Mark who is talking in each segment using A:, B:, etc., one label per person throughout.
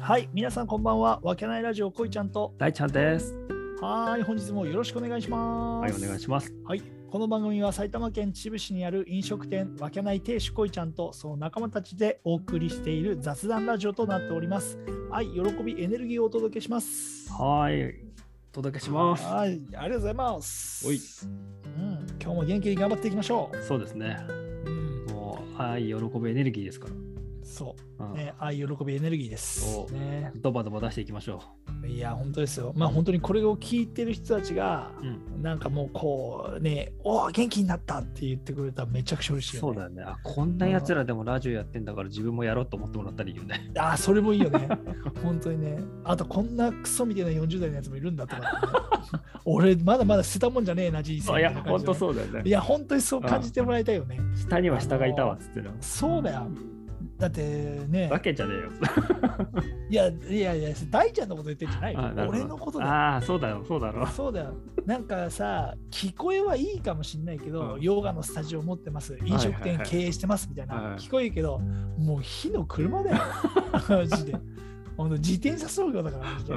A: はい、皆さんこんばんは。わけないラジオこいちゃんと。
B: 大ちゃんです。
A: はーい、本日もよろしくお願いします。
B: はい、お願いします。
A: はい、この番組は埼玉県秩父市にある飲食店わけない亭主こいちゃんとその仲間たちでお送りしている雑談ラジオとなっております。愛、喜び、エネルギーをお届けします。
B: はい、お届けします。
A: はい、ありがとうございます。
B: おい
A: うん、今日も元気に頑張っていきましょ
B: そうですね。
A: う。うん、
B: もう愛、喜び、エネルギーですか
A: そ
B: ら。う
A: う、
B: ん
A: ね、愛、喜び、エネルギーです
B: お。
A: ね、
B: ドバドバ出していきましょ
A: いや、本当ですよ。まあ、本当にこれを聞いてる人たちが。
B: う。うん、
A: なんかもうこうね、おお、元気になったって言ってくれたらめちゃくちゃ嬉しいよ
B: そう
A: ね。
B: だよね。あこんなやつらでもラジオやってんだから自分もやろうと思ってもらったらいいよね。
A: ああ、それもいいよ ね。本当にね。あと、こんなクソみたいな40代のやつもいるんだとかってね、俺、まだまだ捨てたもんじゃねえな、人生、
B: いや、本当
A: う。
B: そうだよ
A: い
B: ね。
A: や、本当にそう感じてもらいたいよね。
B: 下には下がいたわっつってる。
A: そうだよ。だってね
B: わ、けじゃねえよ。
A: いやいやいや、大ちゃんのこと言ってんじゃないよ
B: あなるほど
A: 俺のことだよ。
B: ああ、そうだよ、そうだ ろ。
A: そうだよ。なんかさ、聞こえはいいかもしれないけど、
B: うん
A: ヨガのスタジオ持ってます、飲食
B: はい
A: 店
B: はい
A: 経営してますみたいな、
B: はい
A: 聞こえるけど、もう火の車 だよ、マジで。ほんと自転車操業だから、マジで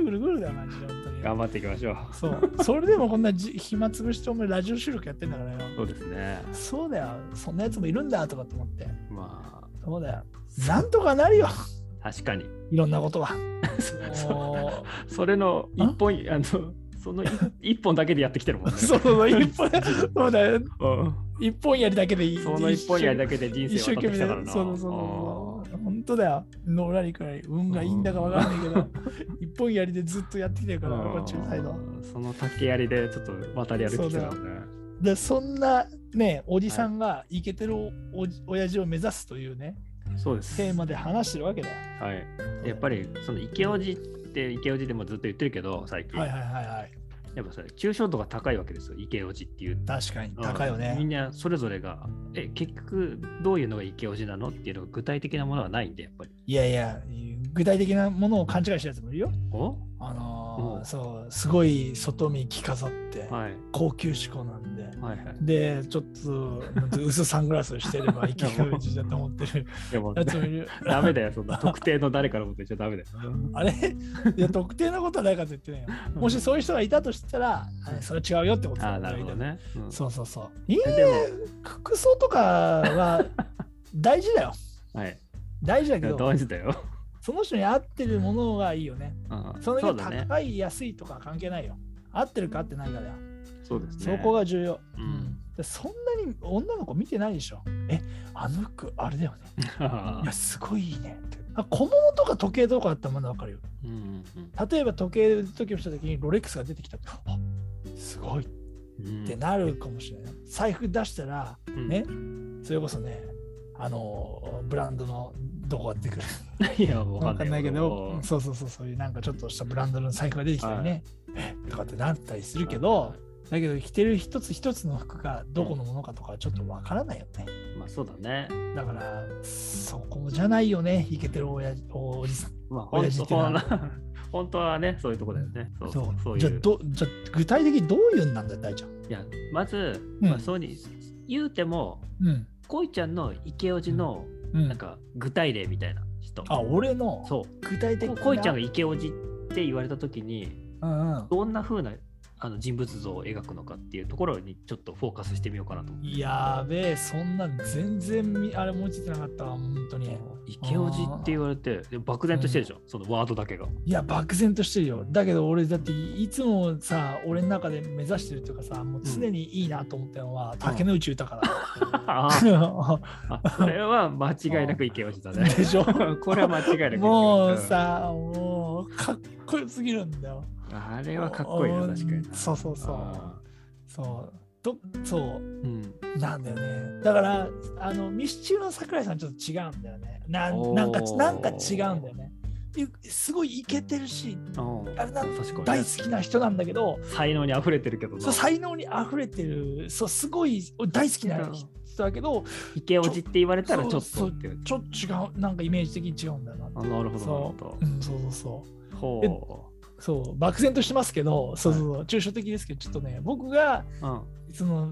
B: う。ん
A: ぐるぐるぐるだよ、マジで、本当に。
B: 頑張っていきましょう。
A: そう。それでもこんなじ暇つぶして、お前ラジオ収録やってんだからよ。
B: そうですね。
A: そうだよ、そんなやつもいるんだとかと思って。
B: ま
A: そうだよ。なんとかなるよ、
B: あ、確かに。
A: いろんなこと は。
B: そ
A: もう
B: それの一本、あの、その一一本だけでやってきてる もんね。
A: そうそう、一本、そうだよ、
B: うん
A: 一本やりだけでいい。
B: その一本やりだけで人
A: 一
B: 生
A: 生
B: を渡
A: 懸命
B: ってき
A: だ
B: た
A: よ
B: からな。
A: そうそうそうそう本当だよのらりくらい運がいいんだかわからないけど 一本やりでずっとやってきてるからこっちのサイド
B: うんその竹槍でちょっと渡り歩いてきたからね。
A: でそんなねおじさんがイケてるおじ親父を目指すというね
B: そうです。
A: テーマで話してるわけだよ
B: はい。やっぱりその池オジって池オジでもずっと言ってるけど最近、
A: はいはいはいはい
B: やっぱさ抽象度が高いわけですよ池オジっていう。
A: 確かに高いよ
B: うんみん
A: ね
B: なそれぞれがえ結局どういうのが池オジなのっていうのが具体的なものはないんでやっぱり。
A: いやいや具体的なものを勘違いしたやつもいるよ
B: お
A: あ
B: う
A: のー
B: ん
A: そうすごい外見着飾って
B: はい
A: 高級志向なんで
B: はいはい。
A: で、ちょっと薄サングラスしてれば生き返じだと思って る
B: でも
A: やつ もいる。
B: ダメだよそんな特定の誰からも言っちゃダメだよ。
A: あれいや、特定のことはないかと言ってないよ。もし そういう人がいたとしたら、あそれ違うよってこと
B: あ
A: だ
B: あなるほど。ね。うん
A: そうそうそう。え
B: え
A: ー、
B: でも
A: 服装とか は大事だよ。
B: はい。
A: 大事だけど、
B: 大事だよ。
A: その人に合ってるものがいいよね。
B: うん
A: その
B: そ
A: 人
B: うだね。
A: 高い、安いとか関係ないよ。合ってるか合ってないかだよ。
B: そうです
A: そ
B: ね。
A: こが重要。
B: うん
A: でそんなに女の子見てないでしょ。え、あの服、あれだよね。いや、すごいいいねって。あ小物とか時計とかだったらまだわかるよ。
B: うんうん
A: 例えば時計売る時をした時にロレックスが出てきたらあすごいっ
B: うん
A: てなるかもしれない。財布出したら、
B: うん
A: ね、それこそね、あの、ブランドのどこが出てくる
B: いや、わ
A: かわかんないけど
B: うん、
A: そうそうそう、そういうなんかちょっとしたブランドの財布が出てきたりね、えとかってなったりするけど、だけど着てる一つ一つの服がどこのものかとかはちょっとわからないよね。
B: まあそうだね。
A: だから、そこじゃないよね、イケてるおやおじさん。
B: まあ
A: 親
B: 本
A: 父
B: 当
A: ってな
B: は、 本当はね、そういうとこだよね。そう
A: そ
B: そううそう
A: じ
B: い
A: ゃあ
B: う。
A: どじゃあ具体的にどういうんなんだよ大ちゃん。
B: いや、まず、
A: うん
B: まあそうに言うても、
A: うん。
B: こいちゃんの池オジの
A: うん、
B: なんか具体例みたいな人。
A: あ俺の
B: そ
A: 具体
B: う。
A: 的
B: こ
A: な。
B: こいちゃんが池オジって言われたときに、
A: うんうん
B: どんな風なあの人物像を描くのかっていうところにちょっとフォーカスしてみようかなと思って。
A: やべえ、そんなん全然みあれ思いついてなかったわ、本当に。
B: 池オジって言われて、で漠然としてるじゃん、 そのワードだけが。
A: いや、漠然としてるよ。だけど俺、だっていつもさ、俺の中で目指してるというかさ、もう常にいいなと思ったのは、竹野内豊
B: あ
A: だ。
B: あ、それは間違いなく池オジだね。
A: でしょ
B: これは間違いなく池オジだ
A: もう、さ、もうかっこよすぎるんだよ。
B: あれはかっこいいな、
A: うん
B: 確かにな。
A: そうそうそう。
B: あ
A: そう。とそう
B: ーうん。
A: なんだよね。だから、あの、ミスチルの桜井さんちょっと違うんだよね。なんなんか
B: お、ー
A: なんか違うんだよね。いすごいイケてるし、あれだ
B: うん確かに
A: 大好きな人なんだけど、
B: 才能に溢れてるけど
A: そう
B: な。
A: 才能に溢れてる、そう、すごい大好きな人だけど、
B: 池オジって言われたらちょっ
A: そ
B: と
A: う
B: っていう。
A: ちょっと違う、なんかイメージ的に違うんだよな。
B: あなるほど、なる
A: そ
B: ほ
A: う、うん、そうそうそう。
B: ど。ほ
A: そう、漠然としてますけど、そうそうそう、抽象的ですけど、ちょっとね、僕が、
B: う。うん。
A: その、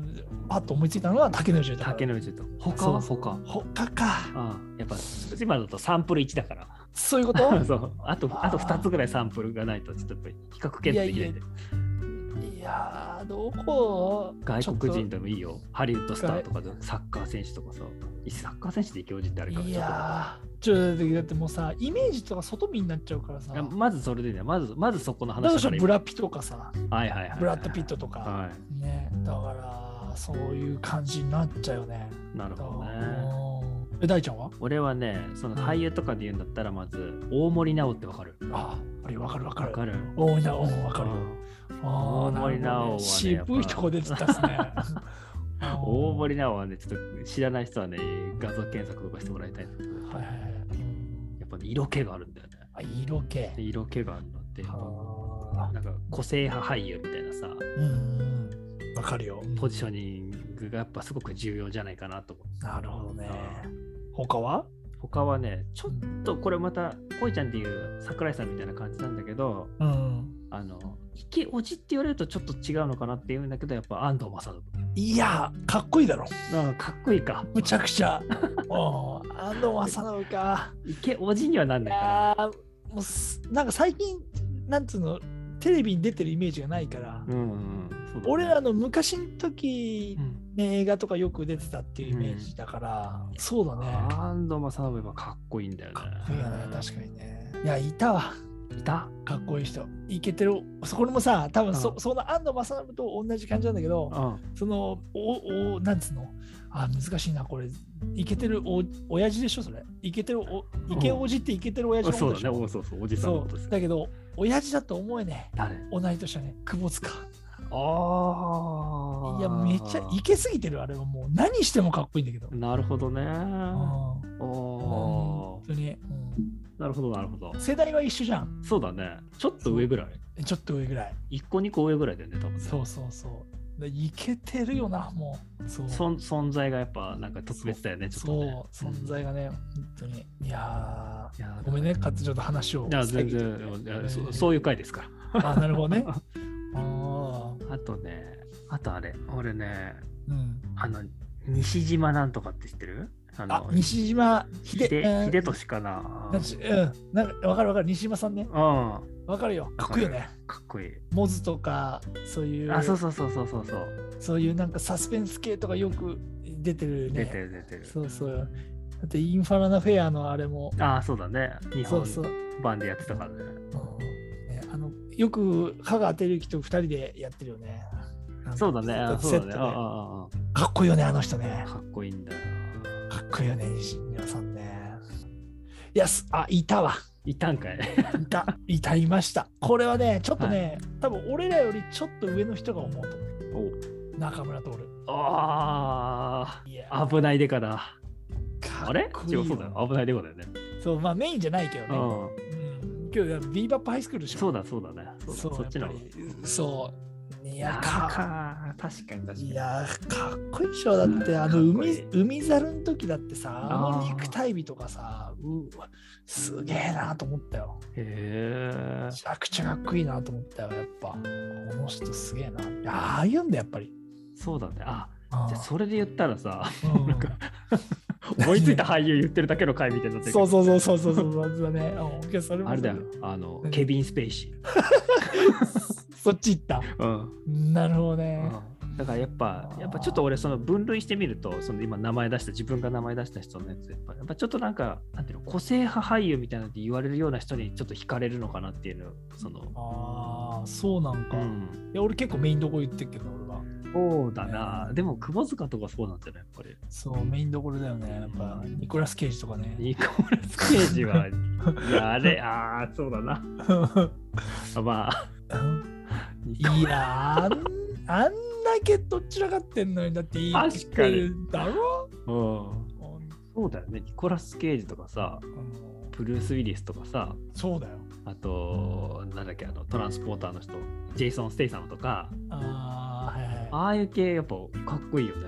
A: パッと思いついたのは竹野内だか
B: 竹
A: ら。
B: 野内と。他は
A: そう
B: 他。
A: 他か。
B: あやっぱ今だとサンプル1だから。
A: そういうこと
B: そうあとあと2つぐらいサンプルがないとちょっとやっぱり比較検討できないんで
A: いやーどこ
B: 外国人
A: ちょ
B: でもいいよハリウッドスターとかでサッカー選手とかさサッカー選手で行きおじってあれ
A: っ
B: か
A: とい
B: ちょっと
A: やーちょっとだってもうさイメージとか外見になっちゃうからさ
B: いやまずそれでねまずまずそこの
A: だ
B: 話
A: とした
B: から
A: ら
B: 今
A: ブラピとかさ
B: はいはいはい
A: ブラッド・ピットとか、
B: は
A: ねだからそういう感じになっちゃうよね
B: いなる
A: だ
B: ほど
A: から
B: ね
A: うんえ大ちゃんは
B: 俺はねその俳優とかで言うんだったらまず大森奈緒ってわかる
A: ああれわかるわか
B: わ
A: る
B: かる
A: 大いなお分かるよあ
B: 大
A: あな
B: 森
A: るほ
B: 奈緒は
A: ど
B: ね
A: ね渋いとこ出てたっす ね
B: うん大森奈緒はねちょっと知らない人はね画像検索とかしてもらいたいんだけど
A: はいはいはいうん
B: やっぱね色気があるんだよね
A: あ色気
B: で色気があるのってやっぱ
A: あ
B: なんか個性派俳優みたいなさ
A: ーうんうんわかるよ
B: ポジショニングがやっぱすごく重要じゃないかなと思って
A: なるほどね他は
B: 他はねちょっとこれまたこいちゃんっていう桜井さんみたいな感じなんだけど
A: うん
B: あのイケオジって言われるとちょっと違うのかなっていうんだけどやっぱ安藤正
A: いやかっこいいだろ
B: 信なんかかっこいいか
A: むちゃくちゃ うん安藤正信か
B: イケオジにはなん
A: い
B: ないか
A: やーもうすなんか最近なんつうのテレビに出てるイメージがないから、
B: なうんうんそうだね
A: 俺らの昔の時
B: う、ん
A: ね、映画とかよく出てたっていうイメージだから、そうだね
B: 安藤正信はかっこいいんだよね
A: かっこいいよね確かにねいやいたわ
B: にいた
A: かっこいい人いけてるそこれもさ多分そ,、
B: うん
A: その安藤正信と同じ感じなんだけど、
B: うん
A: そのおおなんつうのあ難しいなこれいけてるお親父でしょそれいけてるおいけおじっていけてる親父のこ
B: そ
A: と
B: う
A: で
B: だ
A: し
B: ね
A: ょ
B: おそうそうおじさんの
A: そ
B: ことで
A: う
B: すよ
A: だけど親父だと思えね
B: 誰
A: 同い年だね久保塚
B: ああ
A: いやめっちゃイケすぎてるあれはもう何してもかっこいいんだけど、うん、
B: なるほどね
A: 本
B: お
A: 当
B: ー
A: に、うん
B: なるほどなるほど
A: 世代は一緒じゃん
B: そうだねちょっと上ぐらい
A: ちょっと上ぐらい
B: 一個二個上ぐらいだよね多分ね
A: そうそうそうでイケてるよなもうそう
B: そん存在がやっぱなんか特別だよねちょっとね
A: そう存在がね本当にいや
B: いや
A: ーごめんね、かつちょっと話を
B: いや全
A: 遮って
B: 然
A: て
B: いやそそういう回ですから
A: あなるほど ね。あ
B: あとねあとあれ俺ね
A: ーうん、
B: あの西島なんとかって知ってるあ
A: あ
B: の
A: 西島
B: 秀
A: 秀うん
B: 秀俊かな
A: なんしうん、なんかわかるわかる、西島さんね
B: う。んか
A: わかるよ。かっこいいよね。
B: っこいい
A: モズとか、そういう、
B: あそうそうそうそうそうそう
A: そういうなんかサスペンス系とかよく出てるよね。
B: 出てる出てる
A: そうそう。だってインファラナフェアのあれも、
B: あそうだね日
A: そ
B: 本
A: うそう。うん
B: 版でやってたからね
A: ねあのよく香川照之と二人でやってるよね。なんか
B: そうだねあそ
A: セ
B: う
A: ット
B: だね
A: で
B: あああ
A: かっこいいよね、あの人ね
B: あ。かっこいいんだよ
A: かっこいいよね、西島さんね。いや、すあ、いたわ。
B: いたんかい
A: いた、いたいました。これはね、ちょっとね、多分俺らよりちょっと上の人が思うと思う。中村徹。
B: あ
A: いや
B: あ危ないでかだ
A: か
B: あれ
A: っこいい
B: 違
A: よ
B: うそうだよ危ないでこだよね。
A: そう、まあメインじゃないけど
B: う
A: ね。
B: ん。
A: うん。けど、ビーバップハイスクールでしょ。
B: そうだそうだね。そうだ
A: そう、
B: そっちの
A: や
B: 方。
A: っ
B: い
A: ぱりそう。いや、
B: やー
A: か
B: かー確かに確かに。
A: いやかっこいいでしょ。だって、あの
B: かっこい
A: 海
B: い
A: 海猿の時だってさ、あの
B: あー
A: 肉体美とかさ、うわ、すげえなと思ったよ。
B: へえ
A: め。ちゃくちゃかっこいいなと思ったよ、やっぱ。この人すげえな。いやああいうんだ、やっぱり。
B: そうだね。あ
A: あ
B: じゃあそれで言ったらさ
A: うん
B: なんか思いついた俳優言ってるだけの回みたいになってるけ
A: そ
B: ど
A: うそうそうそうそうそうそうそうだね。あいやそれも
B: あれだよ
A: そう
B: あの
A: うん
B: ケビン・スペイシ
A: そっち行った。
B: ー。うん。
A: なるほど
B: う
A: ね。
B: んだからやっぱやっぱちょっと俺その分類してみるとその今名前出した自分が名前出した人のやつやっぱやっぱちょっとなんかなんていうの個性派俳優みたいなって言われるような人にちょっと惹かれるのかなっていうのその
A: ああ、そうなん
B: う
A: か。い
B: ん
A: や俺結構メインどころ言ってるけど、俺は。
B: そうだな、でも窪塚とかそうなんじゃないやっぱり。
A: そう、メインどころだよね。やっぱ、ニコラス・ケイジとかね。
B: ニコラス・ケイジは、いやあ れ、ああ、そうだな。まあ、ニコ
A: いやあん、あんだけどちらかってんのに、だっていい
B: 確かに
A: だろ
B: うん、そうだよね、ニコラス・ケイジとかさ、
A: うん
B: ブルース・ウィリスとかさ、
A: そうだよ。
B: あと、なんだっけ、あのトランスポーターの人、ジェイソン・ステイサムとか、
A: ああ、はいはい。
B: ああいう系、やっぱかっこいいよね。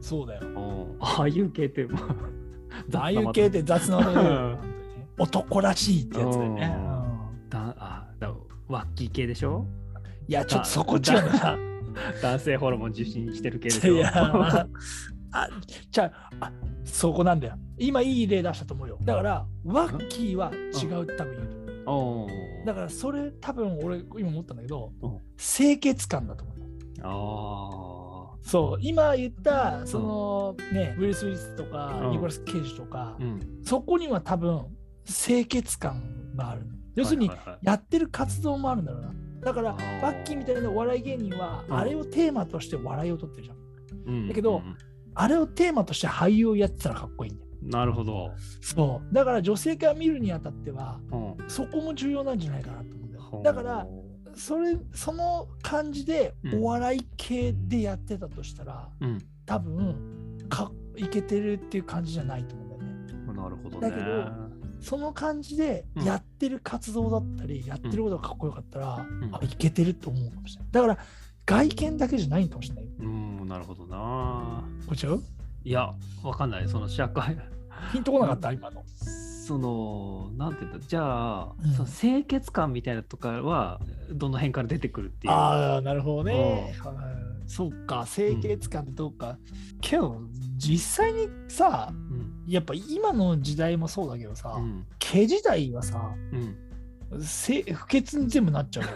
A: そうだよ。
B: うん、ああいう系って、まあ
A: ああいう系って雑なの
B: うん
A: 男らしいってやつだよね。
B: うん
A: うん
B: だあだワッキー系でしょ
A: いや、ちょっとそこ違うな。
B: 男性ホルモン受信してる系でしょ
A: いや、あ、じゃあ、あそこなんだよ。今いい例出したと思うよ。だから、ワッキーは違う多分言うと。
B: お
A: だから、それ多分俺今思ったんだけど
B: うん、
A: 清潔感だと思う。
B: ああ
A: そう、今言った、そのね、ウィル・スミスとか
B: う、ん
A: ニコラス・ケイジとか
B: ー。う、ん。
A: そこには多分清潔感がある。要するに
B: はい、はいはい
A: やってる活動もあるんだろうな。だから
B: あー、
A: バッキーみたいなお笑い芸人は、
B: うん
A: あれをテーマとして笑いを取ってるじゃん。
B: うん
A: だけど
B: うん
A: あれをテーマとして俳優をやってたらかっこいいんだよ。
B: なるほど。
A: そう。だから女性から見るにあたっては、
B: うん
A: そこも重要なんじゃないかなと思うんだよ。だから、、それ、その感じで
B: うん
A: お笑い系でやってたとしたら、
B: うん。
A: 多分、かいけてるっていう感じじゃないと思うんだよね。
B: なるほど
A: だ
B: ね。
A: けどその感じで
B: うん
A: やってる活動だったり、やってることがかっこよかったら、
B: ん
A: あいけてると思うかもしれない。だから外見だけじゃないのかもしれないよ。
B: うん、なるほどな。
A: こっちゃう
B: いや、わかんない。その社会、
A: ヒントこなかった今の。
B: その、なんていうんだ、じゃあ、
A: うん
B: その清潔感みたいなとかは、どの辺から出てくるっていう。
A: ああ、なるほどね。はいそうか、清潔感ってどうか。けど、実際にさ、
B: うん。
A: やっぱ今の時代もそうだけどさ、
B: うん。
A: 毛自体はさ、
B: うん。
A: せ不潔に全部なっちゃうよ。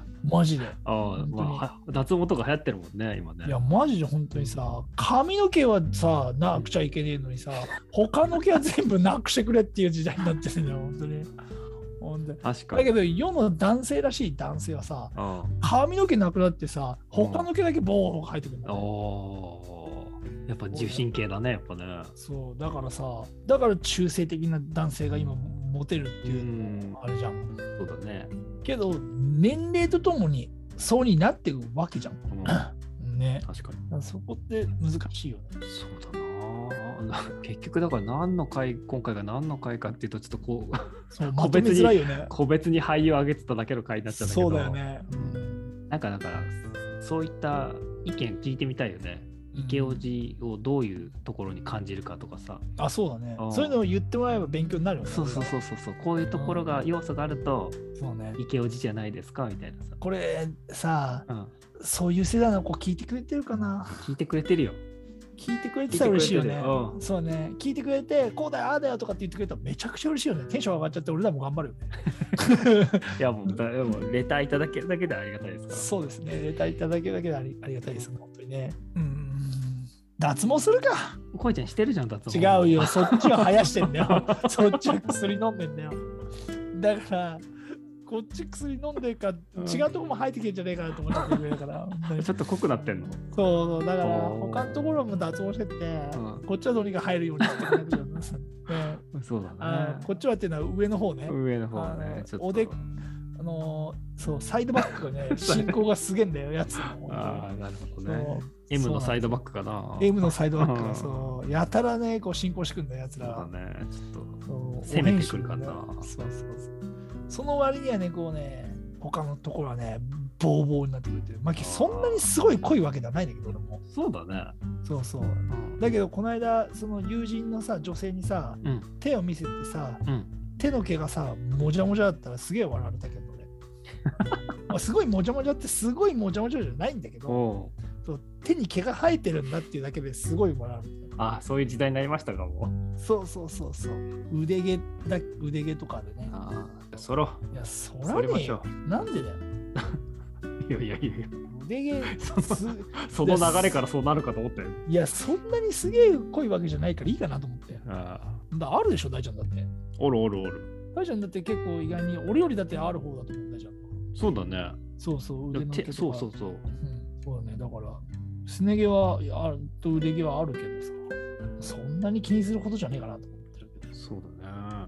A: マジで。
B: ああ、
A: 本当に
B: まあは、脱毛とか流行ってるもんね、今ね。
A: いや、マジで本当にさ、髪の毛はさ、なくちゃいけねえのにさ、他の毛は全部なくしてくれっていう時代になって るんだよ、本当に。本当に
B: 確か
A: だ
B: に。
A: けど、世の男性らしい男性はさ、
B: あ
A: 髪の毛なくなってさ、他の毛だけボーボー生えてくるんだ
B: あ。
A: よね、
B: おーやっぱ自由神経だね、やっぱね。
A: そう、だからさ、だから中性的な男性が今、モテるっていうの
B: ん
A: もあれじゃん。
B: そうだね。
A: けど、年齢とともに、そうになっていくわけじゃ
B: うん
A: ん。ね。
B: 確かに。
A: そこって難しいよね。
B: そうだなあ。な結局だから何の回今回が何の回かっていうとちょっとこう
A: そう、まとめづらいよね。
B: 個別に俳優を上げてただけの回になっちゃったけど
A: そうだよね。うん
B: なんかだからそういった意見聞いてみたいよね。池王子をどういうところに感じるかとかさ、
A: あ、そうだね
B: う。ん
A: そういうのを言ってもらえば勉強になるよね。
B: そうそうそうそうそうこういうところが要素があると
A: う。そうね。
B: 池王子じゃないですかみたいなさ、
A: これさ、
B: うん、
A: そういう世代の子聞いてくれてるかな
B: 聞いてくれてるよ
A: 聞いてくれてたら嬉しいよ
B: 聞い
A: ね
B: てくれてる。うん
A: そうね。聞いてくれて、こうだよ、ああだよとかって言ってくれたらめちゃくちゃ嬉しいよね。テンション上がっちゃって、俺らも頑張るよ ね。
B: いやもうだでもレターいただけるだけでありがたいですから
A: そうですね。レターいただけるだけでありありがたいです、本当にね。うん。脱毛するか
B: こいちゃんしてるじゃんだ
A: 違うよ。そっちは生やしてんだよ。 そっちは薬飲んでんだよ。だから、こっち薬飲んでるか、
B: うん
A: 違うとこも生えてきてんじゃねえかなと思っちゃってくれるから。本当に
B: ちょっと濃くなってんの
A: そうそう、だから、
B: おー
A: 他のところも脱毛してて、
B: ん
A: こっちはどれが入るようにしてくれるじゃない ですか。うん
B: そうだ
A: あ
B: ね
A: ーこっちはっていうのは上の方ね。
B: 上の方
A: あ
B: ね
A: の
B: ちょっと
A: おであのーそう、サイドバックが ね、進行がすげえんだよ、やつも。
B: ああなるほど
A: そう
B: ね M のサイドバックかな
A: そう M のサイドバック
B: う
A: が
B: ん
A: そう、やたらね、こう進行してくんだよ、やつ
B: そうだ
A: ら。
B: ねちょっと
A: そう
B: 攻めてくるからな
A: お返しもねそうそうそう。その割にはね、こうね、他のところはね、ボーボーになってくれてる。まあ、そんなにすごい濃いわけではないんだけど、俺も。
B: そうだね
A: そうそう。だけど、この間、その友人のさ、女性にさ、
B: うん
A: 手を見せてさ、
B: うん
A: 手の毛がさもじゃもじゃだったらすげえ笑われたけ どねまあすごいもじゃもじゃってすごいもじゃもじゃじゃないんだけ
B: お
A: ど
B: おう
A: そう手に毛が生えてるんだっていうだけですごい笑われる
B: あそういう時代になりましたかもう
A: そうそうそうそう腕毛だ腕毛とかでね
B: ああそろ
A: いやそら
B: それま
A: ね
B: しょ
A: なんでだよ
B: ういやいやいやいや
A: 腕毛す
B: その流れからそうなるかと思ったよ
A: いやそんなにすげえ濃いわけじゃないからいいかなと思って
B: ああ
A: だあるでしょ大ちゃんだって
B: おるおるおる
A: 大ちゃんだって結構意外に俺よりだってある方だと思うんだじゃん
B: そうだね
A: そうそう腕の毛と
B: 手
A: か
B: そうそうそう
A: うん、そうだね、だから、すね毛はいやあると腕毛はあるけどさ、そんなに気にすることじゃねえかなと思ってるけど。
B: そうだね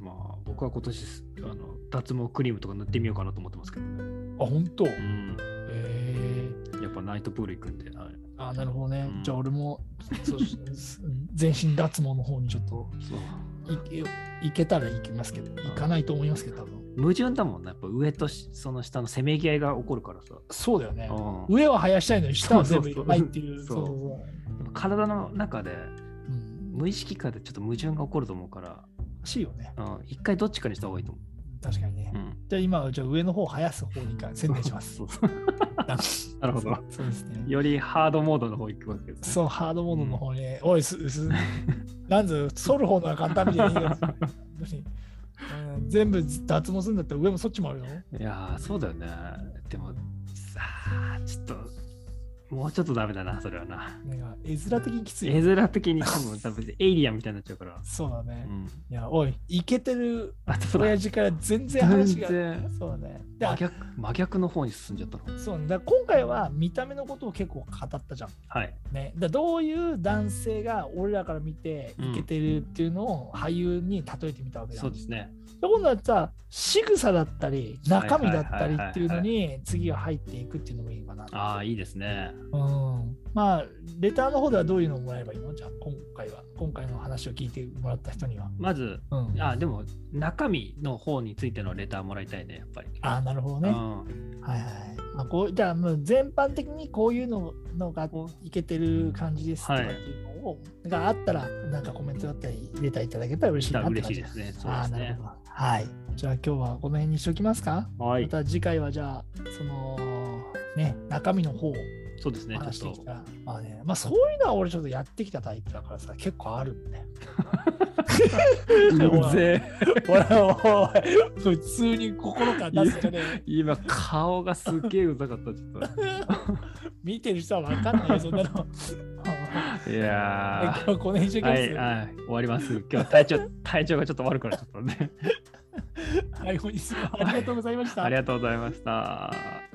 A: う
B: まあ僕は今年あの脱毛クリームとか塗ってみようかなと思ってますけどね
A: ん、あ、本当。
B: う
A: え
B: ん
A: え
B: やっぱナイトプール行くんではい
A: あ、なるほどね。
B: うん
A: じゃあ俺も、そうし全身脱毛の方にちょっと
B: そう
A: いけいけたら行きます けど、行かないと思いますけど、多分。
B: 矛盾だもんねやっぱ上としその下のせめぎ合いが起こるからさ、
A: そうだよね。
B: うん
A: 上は生やしたいのに下は全部い
B: そうそうそう
A: っぱいっていう。
B: そう
A: そうそう
B: 体の中で
A: そう。うん、
B: 無意識下でちょっと矛盾が起こると思うから、
A: おかしいよね。
B: うん、一回どっちかにした方がいいと思
A: 確かにね
B: う。ん。
A: じゃあ今はじゃあ上の方を生やす方にか宣伝します。
B: そ うそうなるほど。
A: そうですね。
B: よりハードモードの方行くわけです、ね。
A: そう、ハードモードの方に、おい、す、す、なんず、剃る方のが簡単みたいに言う から本当にうん全部脱毛するんだったら上もそっちもあるよ。
B: いやーそうだよね。でも、さあ、ちょっと、もうちょっとダメだな、それはな。
A: なんか絵面的にきつい
B: 絵
A: よ。
B: 面的に多分、多分エイリアンみたいになっちゃうから。
A: そうだ
B: う
A: ね。
B: ん。
A: いや、おい、イケてる
B: あとそうだ
A: 親父から全然
B: 全
A: 話が。
B: 然
A: そうだね。で
B: 真逆、真逆の方に進んじゃったの。
A: そうだから今回は見た目のことを結構語ったじゃん。
B: はい。
A: ね、だからどういう男性が俺らから見てイケてるっていうのを俳優に例えてみたわけだ、
B: そうですね。
A: で今度はさ仕草だったり中身だったりっていうのに次は入っていくっていうのもいいかなって
B: ああ、いいですね。
A: うん、まあレターの方ではどういうのをもらえばいいのじゃあ今回は今回の話を聞いてもらった人には、
B: まず、
A: うん、あ
B: あでも、中身の方についてのレターもらいたいね、やっぱり。
A: あなるほどね、
B: う
A: はい
B: ん。
A: はい、まあ、こうじゃあもう全般的にこういうののがいけてる感じですとかっていうのを、があったらなんかコメントだったりレターいただけたら嬉しいなって
B: 嬉
A: 感
B: しい
A: じ
B: ですね。そう
A: あ
B: で
A: あ
B: す
A: なる
B: ね
A: ほ。どはいじゃあ今日はこの辺にしておきますか
B: は
A: ま。た次回はじゃあそのね中身の方を
B: そうですね、
A: 話し
B: ち
A: て
B: ょ
A: い
B: っ
A: き
B: と
A: た。ら、まあねまあそういうのは俺ちょっとやってきたタイプだからさ結構あるんだよ
B: うぜえ
A: 俺はおい普通に心から出すとね
B: 今、顔がすっげえうざかった、ちょっ
A: 見てる人は分かんないよそんなの
B: と。いや
A: 今。日
B: ー
A: この辺にしておきま
B: は
A: す
B: い、はい、終わります。 今日は体調、体調がちょっと悪 くなっちゃったので、
A: はい本日もありがとうございました
B: ありがとうございました。